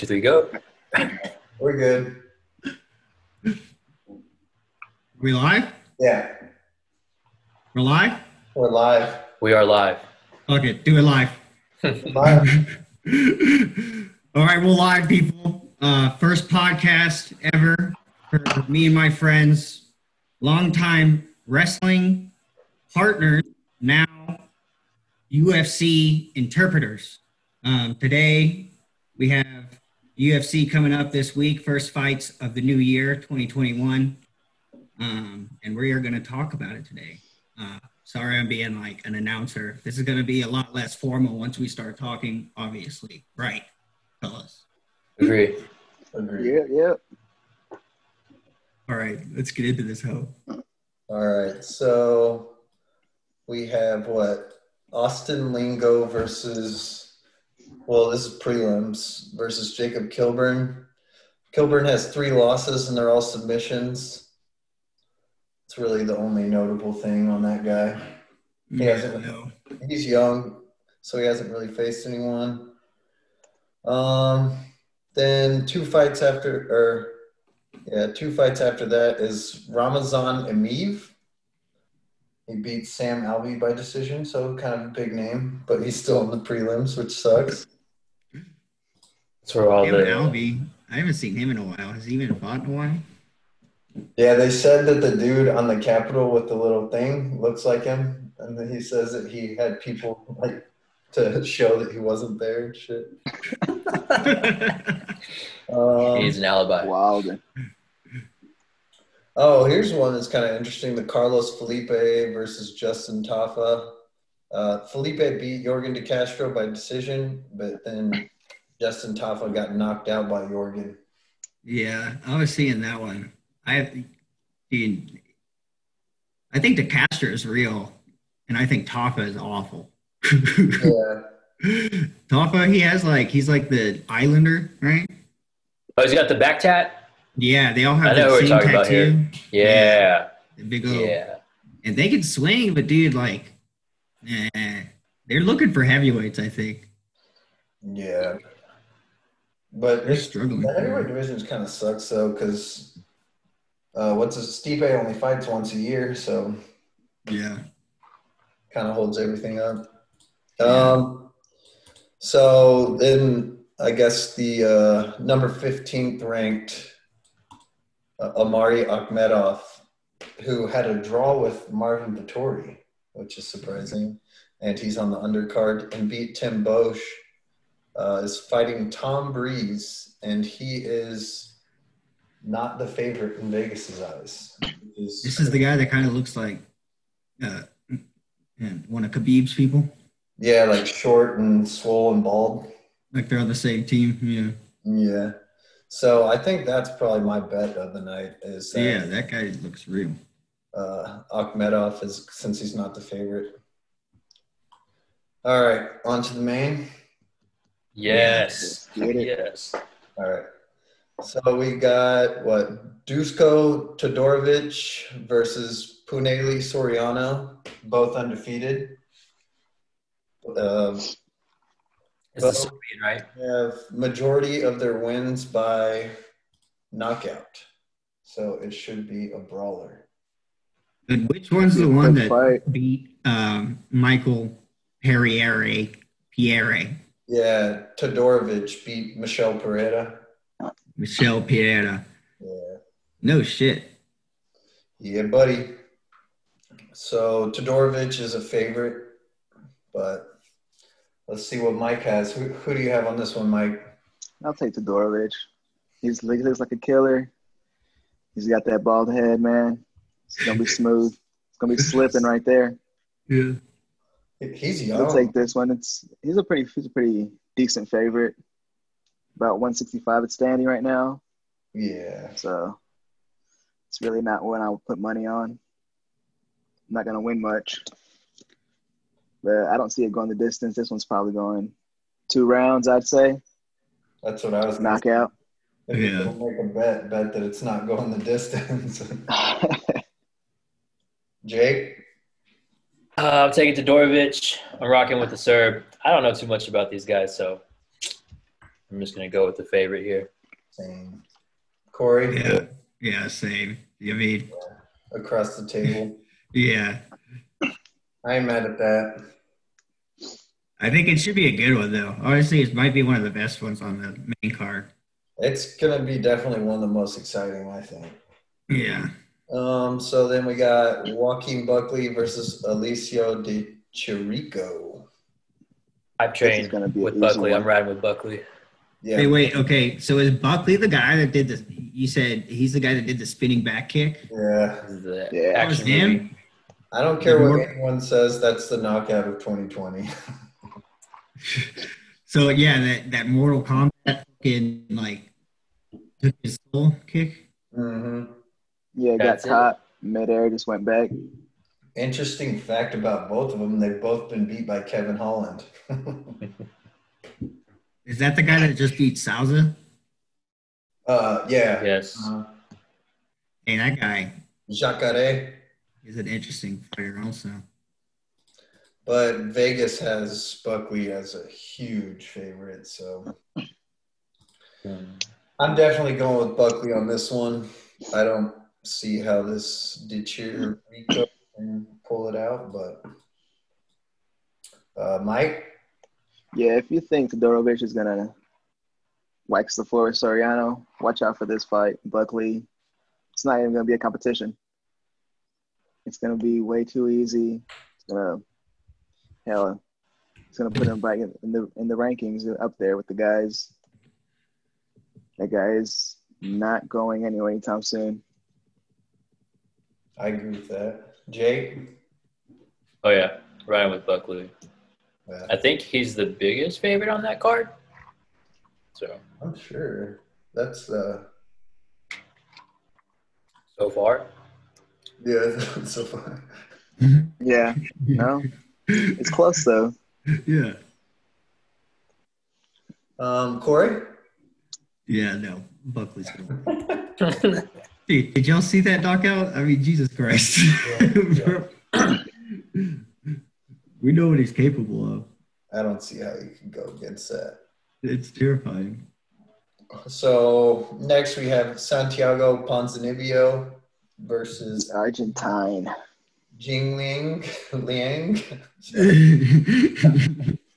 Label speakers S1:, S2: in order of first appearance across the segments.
S1: Should we go?
S2: We're good.
S3: We live?
S2: Yeah,
S3: We're live?
S2: we're live.
S1: We are live.
S3: Fuck it, do it live.
S2: Live.
S3: All right, we're live, people. Uh, first podcast ever for me and my friends. Longtime wrestling partners, now UFC interpreters. Um, today, we have UFC coming up this week, first fights of the new year, 2021. Um, and we are going to talk about it today. Uh, sorry, I'm being like an announcer. This is going to be a lot less formal once we start talking, obviously. Right, fellas.
S1: Agree.
S2: Agreed.
S4: Yeah, yeah.
S3: All right, let's get into this hoe.
S2: All right, so we have what? Austin Lingo versus, well, this is prelims versus Jacob Kilburn. Kilburn has three losses and they're all submissions. It's really the only notable thing on that guy. Yes.
S3: Yeah, no.
S2: he's young, so he hasn't really faced anyone. Um, then two fights after, or yeah, two fights after that is Ramazan Emiv. He beat Sam Alvey by decision, so kind of a big name, but he's still in the prelims, which sucks.
S1: That's where all
S3: Him and
S1: the
S3: Albi. I haven't seen him in a while. Has he even fought in a while?
S2: Yeah, they said that the dude on the Capitol with the little thing looks like him, and then he says that he had people like to show that he wasn't there and shit.
S1: he
S2: Um,
S1: needs an alibi.
S4: Wilder.
S2: Oh, here's one that's kind of interesting: the Carlos Felipe versus Justin Taffa. Uh, Felipe beat Jorgen De Castro by decision, but then Justin Taffa got knocked out by Jorgen.
S3: yeah, I was seeing that one. I, dude, I think the caster is real, and I think Tafa is awful.
S2: Yeah,
S3: Toffa, he has like he's like the Islander, right?
S1: Oh, he's got the back tat?
S3: Yeah, they all
S1: I
S3: have
S1: know
S3: the
S1: who we're
S3: same
S1: talking about
S3: tattoo.
S1: Yeah.
S3: The big
S1: Yeah.
S3: old, and they can swing, but dude, like, eh, they're looking for heavyweights. I think
S2: yeah. But
S3: they're struggling.
S2: the heavyweight division kind of sucks though, because uh, what's his Stipe only fights once a year, so
S3: Yeah,
S2: kind of holds everything up. Um, so then I guess the uh, number 15th ranked uh, Amari Akhmedov, who had a draw with Marvin Vittori, which is surprising. And he's on the undercard and beat Tim Bosch. Uh, is fighting Tom Breeze, and he is not the favorite in Vegas's eyes.
S3: this is the guy that kind of looks like, uh, and one of Khabib's people.
S2: yeah, like short and swole and bald.
S3: Like they're on the same team. Yeah,
S2: Yeah. So I think that's probably my bet of the night is that
S3: yeah, that guy looks real.
S2: uh, Akhmedov is since he's not the favorite. All right, on to the main.
S1: Yes.
S4: Get it.
S1: Yes.
S2: All right. So we got what Dusko Todorovic versus Puneli Soriano, both undefeated. Uh,
S1: It's the Serbian, right?
S2: have majority of their wins by knockout, so it should be a brawler.
S3: And which one's the
S4: Good
S3: one that
S4: fight.
S3: beat um, Michael Perriere? Pierre
S2: Yeah, Todorovic beat Michelle Pereira.
S3: Michelle Pereira.
S2: Yeah.
S3: No shit.
S2: Yeah, buddy. So Todorovic is a favorite, but let's see what Mike has. Who, who do you have on this one, Mike?
S4: I'll take Todorovic. He's he looks like a killer. He's got that bald head, man. It's gonna be smooth. It's gonna be slipping right there.
S3: Yeah.
S2: He's
S4: I'll
S2: young.
S4: take this one. It's he's a pretty he's a pretty decent favorite. About 165 at standing right now,
S2: yeah.
S4: so it's really not one I would put money on. I'm not gonna win much, but I don't see it going the distance. This one's probably going two rounds, I'd say.
S2: That's what I was thinking.
S4: Knockout.
S2: If you
S3: Yeah.
S2: don't make a bet, bet that it's not going the distance. Jake?
S1: Uh, I'm taking Todorovic. I'm rocking with the Serb. I don't know too much about these guys, so I'm just gonna go with the favorite here.
S2: Same. Corey,
S3: Yeah. Yeah, same. I mean,
S2: across the table.
S3: yeah.
S2: I ain't mad at that.
S3: I think it should be a good one though. Honestly, it might be one of the best ones on the main card.
S2: It's gonna be definitely one of the most exciting, I think.
S3: Yeah.
S2: Um, so then we got Joaquin Buckley versus Alicio De Chirico.
S1: I've
S4: This is
S1: trained
S4: gonna be an
S1: with
S4: easy
S1: Buckley.
S4: one.
S1: I'm riding with Buckley.
S2: Yeah,
S3: Hey, wait. Okay, so is Buckley the guy that did the? You said he's the guy that did the spinning back kick.
S2: yeah.
S1: This is the
S4: Yeah.
S3: That was
S1: action movie.
S3: him?
S2: I don't care what anyone says. That's the knockout of 2020.
S3: So yeah, that that Mortal Kombat fucking like took his soul kick.
S2: hmm
S4: Yeah, got
S1: That's it.
S4: caught midair, just went back.
S2: Interesting fact about both of them: they've both been beat by Kevin Holland.
S3: Is that the guy that just beat Souza?
S2: uh, yeah.
S1: Yes.
S2: Uh,
S3: Hey, that guy
S2: Jacare,
S3: is an interesting fighter, also.
S2: but Vegas has Buckley as a huge favorite, so I'm definitely going with Buckley on this one. I don't see how this did your and pull it out, but uh, Mike,
S4: Yeah, if you think Todorovic is gonna wax the floor with Soriano, watch out for this fight. Buckley, it's not even gonna be a competition. It's gonna be way too easy. It's gonna hell, it's gonna put him back in in the in the rankings up there with the guys. That guy is not going anywhere anytime soon.
S2: I agree with that. Jake,
S1: Oh yeah, riding with Buckley.
S2: Yeah,
S1: I think he's the biggest favorite on that card. So
S2: I'm sure that's uh,
S1: so far,
S2: yeah, so far.
S4: Yeah, no, it's close though.
S3: yeah.
S2: Um, Corey,
S3: Yeah. No, Buckley's cool. Dude, did y'all see that knockout? I mean, Jesus Christ.
S2: Yeah,
S3: we know what he's capable of.
S2: I don't see how you can go against that.
S3: It's terrifying.
S2: So next we have Santiago Ponzinibbio versus
S4: Argentine.
S2: Jingling Liang.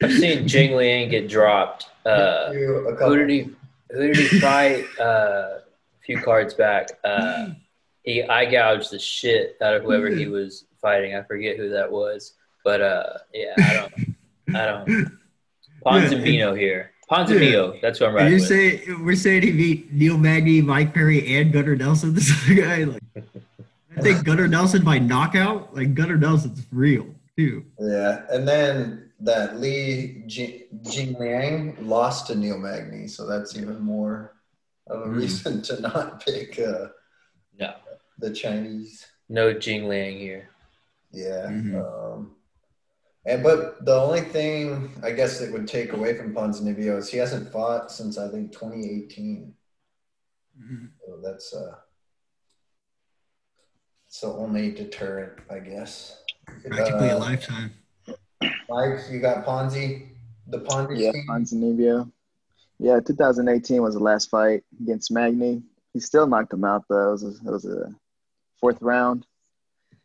S1: I've seen Jing Liang get dropped. Uh,
S2: You a
S1: who
S2: couple-
S1: did he who did he fight uh, a few cards back? Uh, he eye gouged the shit out of whoever he was fighting. I forget who that was, but uh, yeah, I don't, I don't. Ponzimino here. Ponzimino, that's what I'm
S3: Are
S1: riding
S3: you
S1: with.
S3: saying we're saying he beat Neil Magny, Mike Perry, and Gunnar Nelson? This guy, like, I think Gunnar Nelson by knockout. Like Gunnar Nelson's real too.
S2: Yeah, and then that Li Jing, Jing Liang lost to Neil Magny, so that's even more of a
S3: Hmm.
S2: reason to not pick uh,
S1: No,
S2: the Chinese.
S1: no Jing Liang here.
S2: Yeah.
S3: Mhm.
S2: Um, and but the only thing I guess that would take away from Ponzinibbio is he hasn't fought since I think 2018. So that's uh, it's the only deterrent, I guess.
S3: Practically
S2: Uh,
S3: a lifetime.
S2: Mike, you got Ponzi, the Ponzi
S4: Yeah,
S2: scheme?
S4: Ponzinibbio. Yeah, 2018 was the last fight against Magny. He still knocked him out though. It was a, it was a fourth round.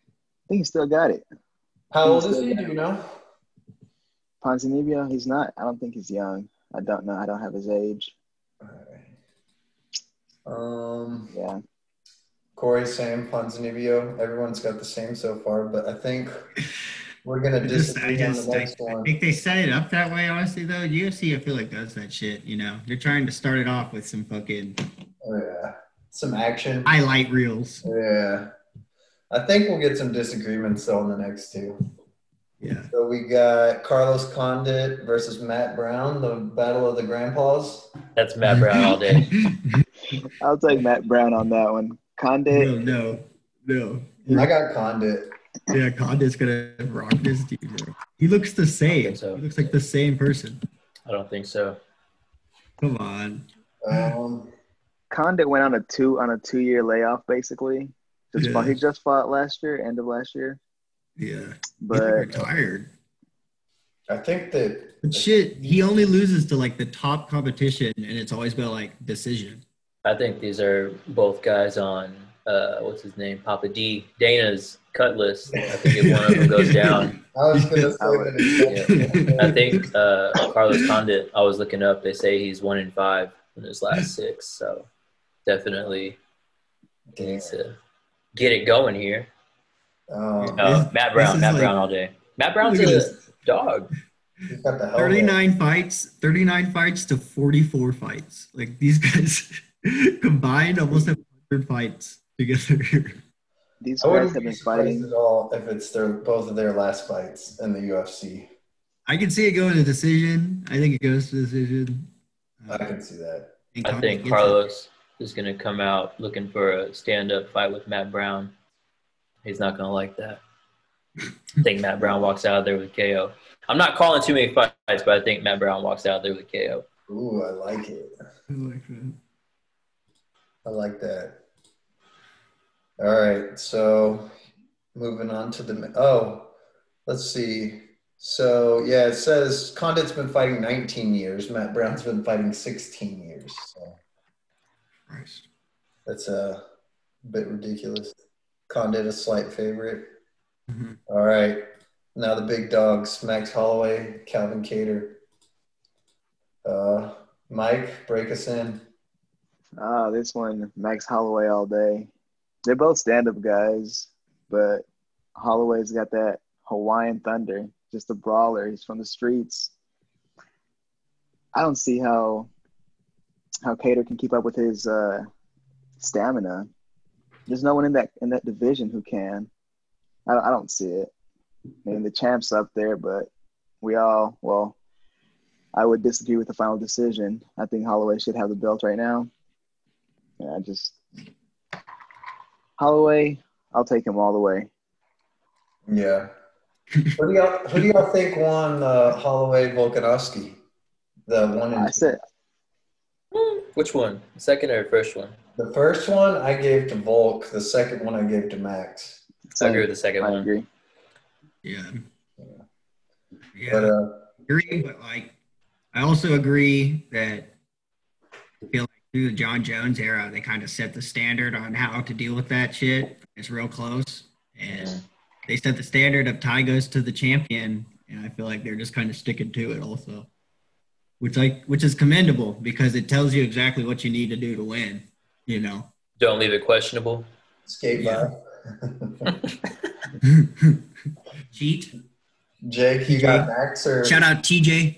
S4: I think he still got it.
S2: How old is he? Do you know?
S4: Ponzinibbio, he's not. I don't think he's young. I don't know. I don't have his age.
S2: Um,
S4: Yeah,
S2: Corey, Sam, Ponzinibbio. Everyone's got the same so far, but I think we're gonna
S3: Just- I
S2: disagree
S3: just,
S2: on the
S3: I,
S2: next
S3: I
S2: one.
S3: think they set it up that way. Honestly, though, UFC, I feel like does that shit. You know, they're trying to start it off with some fucking
S2: Oh, yeah, some action.
S3: highlight reels.
S2: Yeah, I think we'll get some disagreements though on the next two.
S3: Yeah,
S2: So we got Carlos Condit versus Matt Brown, the battle of the grandpas.
S1: That's Matt Brown all day.
S4: I'll take Matt Brown on that one. Condit,
S3: no, no, no.
S2: I got Condit.
S3: Yeah, Condit's gonna rock this dude. Bro. He looks the same.
S1: so.
S3: He looks like the same person.
S1: I don't think so.
S3: Come on.
S2: Um,
S4: Condit went on a two on a two year layoff basically. Just
S3: Yeah.
S4: fought, he just fought last year, end of last year.
S3: Yeah, he's like
S4: But
S3: retired.
S2: I think that
S3: But shit, he only loses to like the top competition, and it's always been like decision.
S1: I think these are both guys on uh, what's his name, Papa D, Dana's cut list. I think if one of them goes down,
S2: I was going to say that. It's
S1: I think uh, Carlos Condit. I was looking up. They say he's one in five in his last
S3: Hmm.
S1: six, so definitely needs to get it going here.
S2: Um,
S1: Uh,
S3: This-
S1: Matt Brown,
S3: is
S1: Matt
S3: like-
S1: Brown all day. Matt Brown's
S3: Look at
S1: a
S3: this.
S1: dog.
S2: he's got the helmet.
S3: 39 fights, 39 fights to 44 fights. Like these guys combined almost have 100 fights together.
S4: These
S2: I
S4: guys
S2: wouldn't
S4: have
S2: be
S4: been
S2: surprised
S4: fighting.
S2: at all if it's their both of their last fights in the UFC.
S3: I can see it going to decision. I think it goes to decision. Uh,
S2: I
S3: Mm-hmm.
S2: can see that.
S3: and
S1: I
S3: Conte
S1: think
S3: gets it.
S1: Carlos is going to come out looking for a stand-up fight with Matt Brown. He's not going to like that. I think Matt Brown walks out of there with KO. I'm not calling too many fights, but I think Matt Brown walks out of there with KO.
S2: Ooh, I like it.
S3: I like that.
S2: I like that. All right, so moving on to the oh, let's see. So yeah, it says Condit's been fighting 19 years. Matt Brown's been fighting 16 years. So
S3: Christ.
S2: that's a bit ridiculous. Condit a slight favorite.
S3: Mhm.
S2: All right, now the big dogs: Max Holloway, Calvin Cater. Uh, Mike, break us in.
S4: Ah, this one, Max Holloway all day. They're both stand-up guys, but Holloway's got that Hawaiian thunder, just a brawler. He's from the streets. I don't see how how Cater can keep up with his uh, stamina. There's no one in that in that division who can. I don't, I don't see it. I mean, the champ's up there, but we all well. I would disagree with the final decision. I think Holloway should have the belt right now. Yeah, I just Holloway, I'll take him all the way.
S2: Yeah. who do y'all who do y'all think won uh, Holloway Volkanovski? The one in
S4: I said
S1: Hmm, Which one? Second or first one?
S2: the first one I gave to Volk, the second one I gave to Max.
S1: I agree with the second
S4: I
S1: one.
S4: agree.
S3: Yeah. Yeah.
S2: But uh,
S3: agree, but like I also agree that I feel like through the John Jones era, they kind of set the standard on how to deal with that shit. It's real close, and
S1: Yeah.
S3: they set the standard of tie goes to the champion, and I feel like they're just kind of sticking to it also, which like which is commendable because it tells you exactly what you need to do to win. You know,
S1: Don't leave it questionable.
S2: skate by.
S3: cheat.
S2: Jake, you got Max or
S3: Shout out TJ.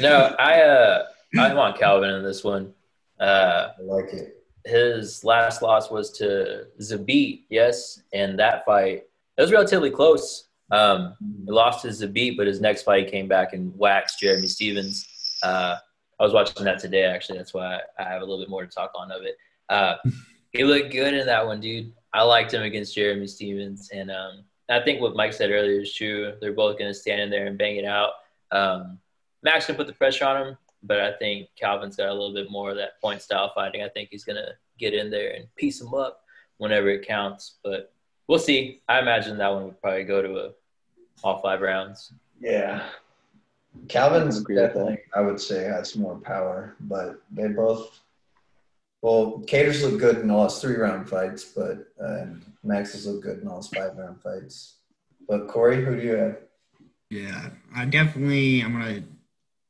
S1: no, I uh, I want Calvin in this one. Uh,
S2: I like it.
S1: his last loss was to Zabit, yes, and that fight it was relatively close. Um,
S3: Mm-hmm.
S1: he lost to Zabit, but his next fight he came back and waxed Jeremy Stevens. Uh, I was watching that today, actually. That's why I have a little bit more to talk on of it. Uh, he looked good in that one, dude. I liked him against Jeremy Stevens, and um, I think what Mike said earlier is true. They're both going to stand in there and bang it out. Um, Max can put the pressure on him, but I think Calvin's got a little bit more of that point style fighting. I think he's going to get in there and piece him up whenever it counts. But we'll see. I imagine that one would probably go to a all five rounds.
S2: Yeah. Calvin's
S4: I agree with
S2: definitely, I would say, has more power, but they both. Well, Caters looked good in all his three round fights, but uh, Max's looked good in all his five round fights. But Corey, who do you have?
S3: Yeah, I definitely I'm gonna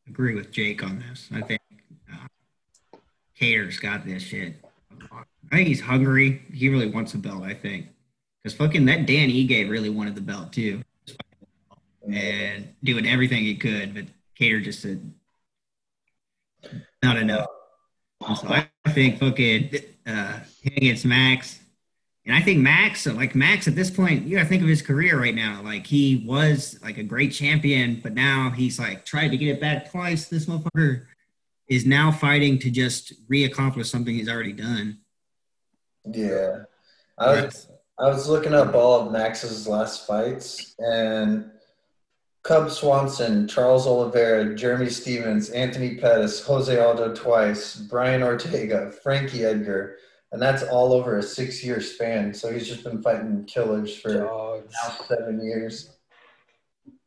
S3: agree with Jake on this. I think uh, Cater's got this shit. I think he's hungry. He really wants a belt. I think because fucking that Dan Ige really wanted the belt too, and doing everything he could, but Cater just said not enough. And So I think fucking uh, him against Max, and I think Max, like Max, at this point, you gotta think of his career right now. Like he was like a great champion, but now he's like tried to get it back twice. This motherfucker is now fighting to just reaccomplish something he's already done.
S2: Yeah. I was, I was looking up all of Max's last fights, and Cub Swanson, Charles Oliveira, Jeremy Stevens, Anthony Pettis, Jose Aldo twice, Brian Ortega, Frankie Edgar, and that's all over a six year span. So he's just been fighting killers for now seven years.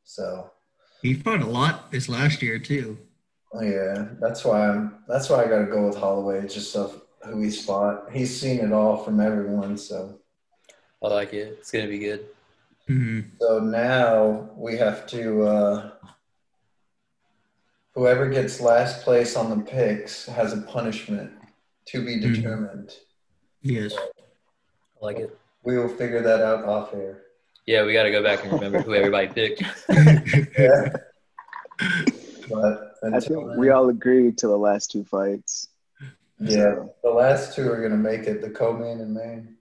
S2: So
S3: He fought a lot this last year too.
S2: oh yeah, that's why I'm. That's why I got to go with Holloway. Just of who he's fought. He's seen it all from everyone. So
S1: I like it. It's gonna be good.
S3: hmm
S2: so now we have to. Uh, whoever gets last place on the picks has a punishment to be
S3: Hmm.
S2: determined.
S3: Yes.
S1: I like it.
S2: We will figure that out off air.
S1: Yeah, we got to go back and remember who everybody picked.
S2: Yeah. but
S4: I
S2: until
S4: think
S2: then-
S4: we all agreed to the last two fights.
S2: yeah, the last two are gonna make it. The co-main and main.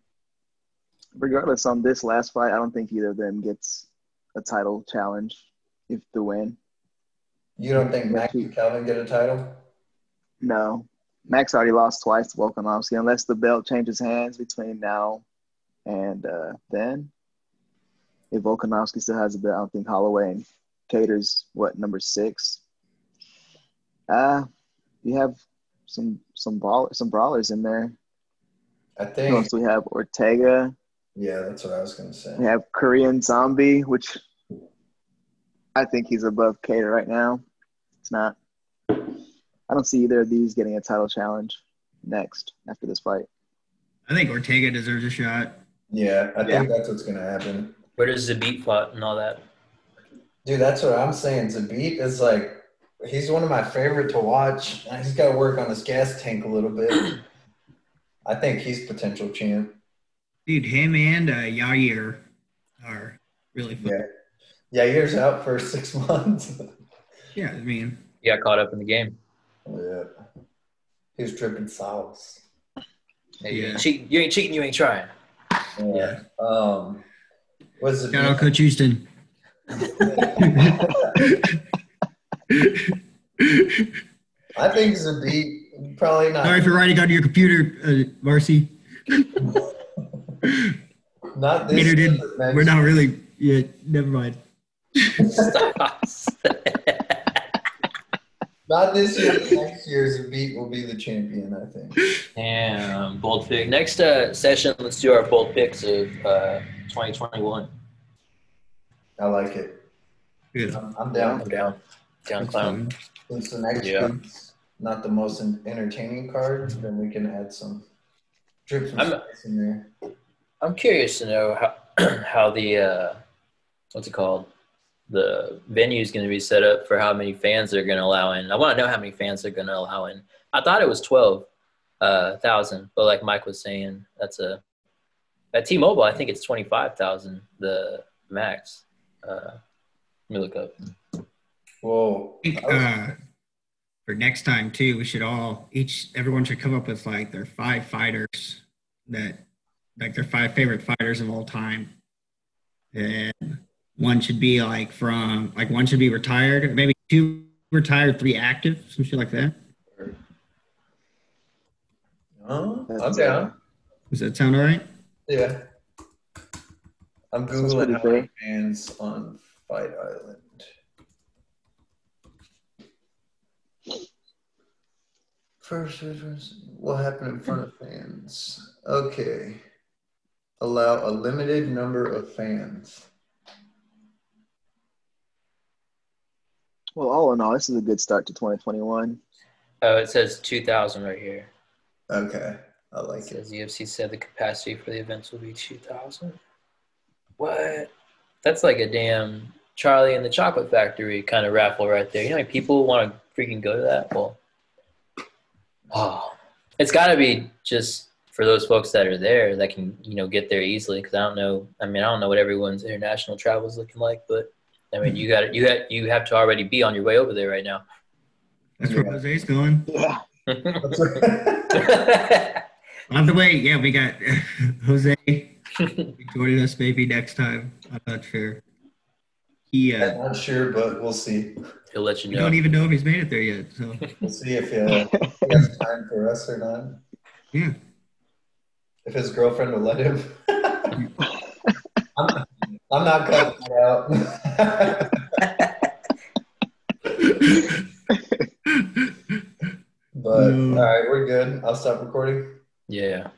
S4: Regardless, on this last fight, I don't think either of them gets a title challenge if the win.
S2: You don't think Max and Calvin get a title?
S4: No. Max already lost twice to Volkanovski, unless the belt changes hands between now and uh, then. If Volkanovski still has the belt, I don't think Holloway and Cater's what number six. Ah, you have some some ball some brawlers in there.
S2: I
S4: Who
S2: think.
S4: else do we have? Ortega.
S2: Yeah, that's what I was gonna say.
S4: We have Korean Zombie, which I think he's above Cater right now. It's not. I don't see either of these getting a title challenge next after this fight.
S3: I think Ortega deserves a shot.
S2: Yeah, I think that's what's gonna happen,
S1: Where does Zabit fought and all that?
S2: dude. That's what I'm saying. Zabit is like, he's one of my favorite to watch. He's got to work on his gas tank a little bit. I think he's potential champ.
S3: Dude, him and uh, Yair are really fun.
S2: Yeah, yeah, years out for six months.
S3: Yeah, I mean,
S1: He got caught up in the game.
S2: yeah, he was dripping sauce.
S1: Hey, you,
S3: Yeah.
S1: ain't cheating. you ain't cheating. You ain't trying.
S2: Yeah. Um, was
S3: shout out
S2: Zabit?
S3: Coach Houston.
S2: I think Zabit probably not.
S3: Sorry for writing on your computer, uh, Marcy.
S2: Not this. year,
S3: Gator did.
S2: but next
S3: We're not really. Yeah, never mind.
S1: Stop.
S2: Not this year. but Next year's beat will be the champion, I think.
S1: Damn, bold pick. Next uh, session, let's do our bold picks of uh, 2021.
S2: I like it.
S3: Good.
S2: I'm, I'm
S1: I'm
S2: down.
S1: down. Down
S3: That's
S1: clown.
S3: fun.
S2: Since the next
S1: Yeah.
S2: week's not the most en- entertaining card, then we can add some drips and
S1: I'm-
S2: spice in there.
S1: I'm curious to know how how the uh, what's it called the venue is going to be set up for how many fans they're going to allow in. I want to know how many fans they're going to allow in. I thought it was twelve uh, thousand, but like Mike was saying, that's a at T-Mobile. I think it's twenty five thousand the max. Uh, let me look up.
S2: Whoa. Oh,
S3: I think uh, for next time too, we should all each everyone should come up with like their five fighters that like their five favorite fighters of all time, and one should be like from like one should be retired, maybe two retired, three active, some shit like that.
S2: Huh? I'm
S4: That's, uh,
S2: down.
S3: Does that sound all right?
S2: Yeah. I'm
S4: Sounds pretty
S2: Googling how many
S4: fair.
S2: fans on Fight Island. First, first, first, what happened in front of fans? Okay. Allow a limited number of fans.
S4: Well, all in all, this is a good start to 2021.
S1: Oh, it says two thousand right here.
S2: Okay. I
S1: It
S2: like it.
S1: says UFC said the capacity for the events will be 2,000. What? That's like a damn Charlie and the Chocolate Factory kind of raffle right there. You know, how many people want to freaking go to that. Well, oh, it's got to be just for those folks that are there that can you know get there easily. Because I don't know. I mean, I don't know what everyone's international travel is looking like, but I mean, you got you got you have to already be on your way over there right now.
S3: That's where
S2: Yeah.
S3: Jose's going.
S4: Yeah.
S3: By the way, yeah, we got Jose joining us maybe next time. I'm not sure. He uh,
S2: I'm not sure, but we'll see.
S1: He'll let you
S3: we
S1: know.
S3: don't even know if he's made it there yet. So
S2: We'll see if uh, he has time for us or not.
S3: yeah,
S2: If his girlfriend will let him. I'm, I'm not cutting it out. but all
S3: No.
S2: right, we're good. I'll stop recording.
S1: Yeah.